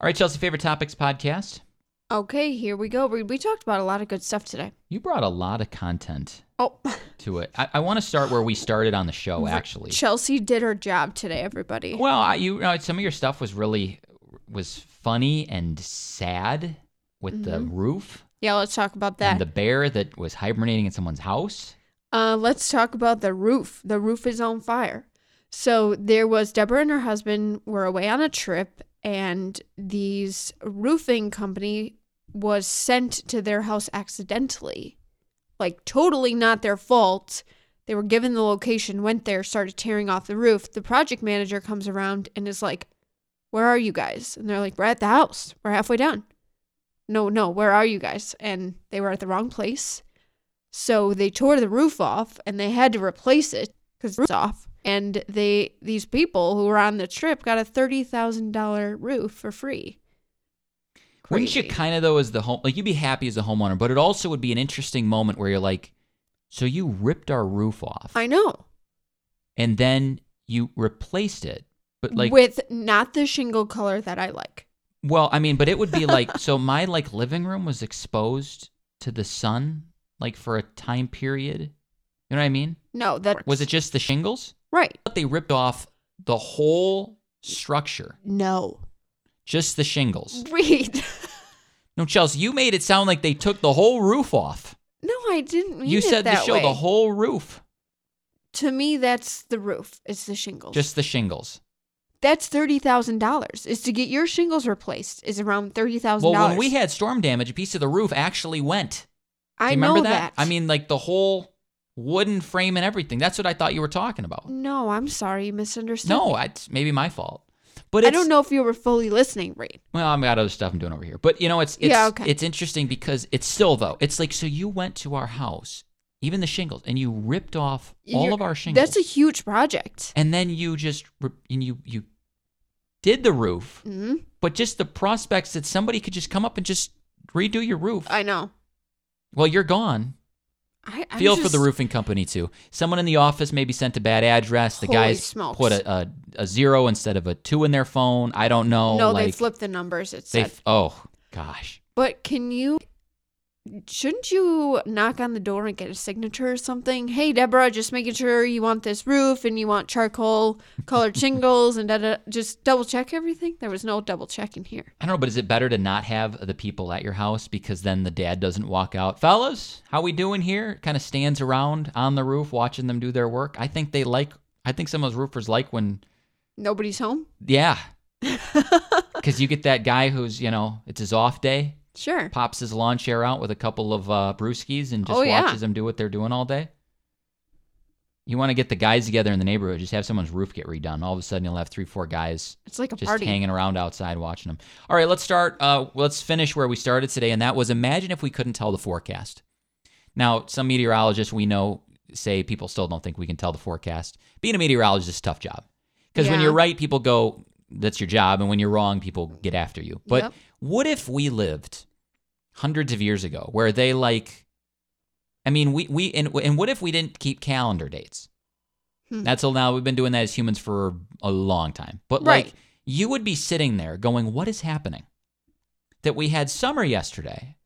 All right, Chelsea, favorite topics podcast. Okay, here we go. We, we talked about a lot of good stuff today. You brought a lot of content Oh, to it. I, I want to start where we started on the show, Oh, actually. Chelsea did her job today, everybody. Well, I, you uh, some of your stuff was really was funny and sad with the roof Yeah, let's talk about and Mm-hmm. that. the bear that was hibernating in someone's house. Uh, let's talk about the roof. The roof is on fire. So there was Deborah and her husband were away on a trip, and these roofing company was sent to their house accidentally, like totally not their fault. They were given the location, went there, started tearing off the roof. The project manager comes around and is like, "Where are you guys?" And they're like, "We're at the house. We're halfway done." No, no, where are you guys? And they were at the wrong place. So they tore the roof off and they had to replace it because roof's off. And they these people who were on the trip got a thirty thousand dollar roof for free. Wouldn't you Crazy. kind of though as the home like you'd be happy as the homeowner, but it also would be an interesting moment where you're like, so you ripped our roof off I know. and then you replaced it, but like with not the shingle color that I like. Well, I mean, but it would be like so my like living room was exposed to the sun like for a time period. You know what I mean? No, that Was it just the shingles? right. But they ripped off the whole structure, No. just the shingles. Read. No, Chelsea, you made it sound like they took the whole roof off. No, I didn't mean you it said the that show way. the whole roof, to me that's the roof. It's the shingles. just the shingles. that's thirty thousand dollars. Is to get your shingles replaced is around thirty thousand Well, dollars. when we had storm damage, a piece of the roof actually went. Do I you remember know that. I mean, like the whole wooden frame and everything. That's what I thought you were talking about. No, I'm sorry, you misunderstood. me. No, it's maybe my fault. But I it's, don't know if you were fully listening, Reed. Well, I've got other stuff I'm doing over here, but you know, it's it's Yeah, okay. it's interesting because it's still though. It's like so you went to our house, even the shingles, and you ripped off all You're- of our shingles, That's a huge project. and then you just re- and you you did the roof, Mhm. but just the prospects that somebody could just come up and just redo your roof. I know. well, you're gone. I I'm Feel for just- the roofing company too. Someone in the office maybe sent a bad address. The Holy guys smokes. put a, a a zero instead of a two in their phone. I don't know. No, they like, flipped the numbers. It They said. f- oh gosh. but can you? Shouldn't you knock on the door and get a signature or something? Hey, Deborah, just making sure you want this roof and you want charcoal colored shingles and da da. Just double check everything. There was no double check in here. I don't know, but is it better to not have the people at your house because then the dad doesn't walk out, fellas? How we doing here? Kind of stands around on the roof watching them do their work. I think they like. I think some of those roofers like when, Nobody's home. yeah, because you get that guy who's you know it's his off day, Sure. pops his lawn chair out with a couple of uh, brewskis and just Oh, yeah. watches them do what they're doing all day. You want to get the guys together in the neighborhood, just have someone's roof get redone. All of a sudden, you'll have three, four guys It's like a just party. hanging around outside watching them. All right, let's start. Uh, let's finish where we started today, and that was imagine if we couldn't tell the forecast. Now, some meteorologists we know say people still don't think we can tell the forecast. Being a meteorologist is a tough job because when Yeah. you're right, people go, "That's your job," and when you're wrong, people get after you. But Yep. what if we lived hundreds of years ago, where they like? I mean, we we and and what if we didn't keep calendar dates? Hmm. That's all. Now we've been doing that as humans for a long time, but like Right. you would be sitting there going, "What is happening?" That we had summer yesterday,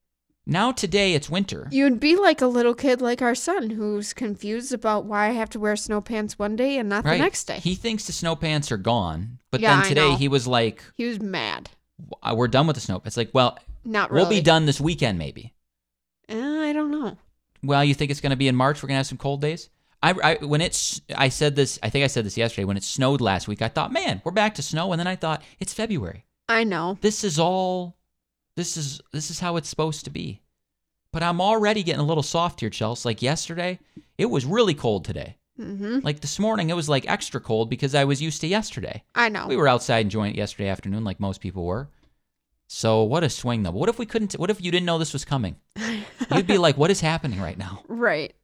now today it's winter. You'd be like a little kid like our son who's confused about why I have to wear snow pants one day and not the next day. He, He thinks the snow pants are gone, but Yeah, then I today know. he was like, was mad. "W- uh, "We're done with the snow." It's like, well, Not really. we'll be done this weekend, maybe. Uh, I don't know. well, you think it's going to be in March? We're going to have some cold days. I, I when it's I said this. I think I said this yesterday when it snowed last week. I thought, man, we're back to snow, and then I thought it's February. I know. This is all. This is this is how it's supposed to be. But I'm already getting a little soft here, Chelsea. Like yesterday, it was really cold today. hmm Like this morning, it was like extra cold because I was used to yesterday. I know. We were outside enjoying it yesterday afternoon, like most people were. So what a swing, though. What if we couldn't? What if you didn't know this was coming? You'd be like, what is happening right now? right.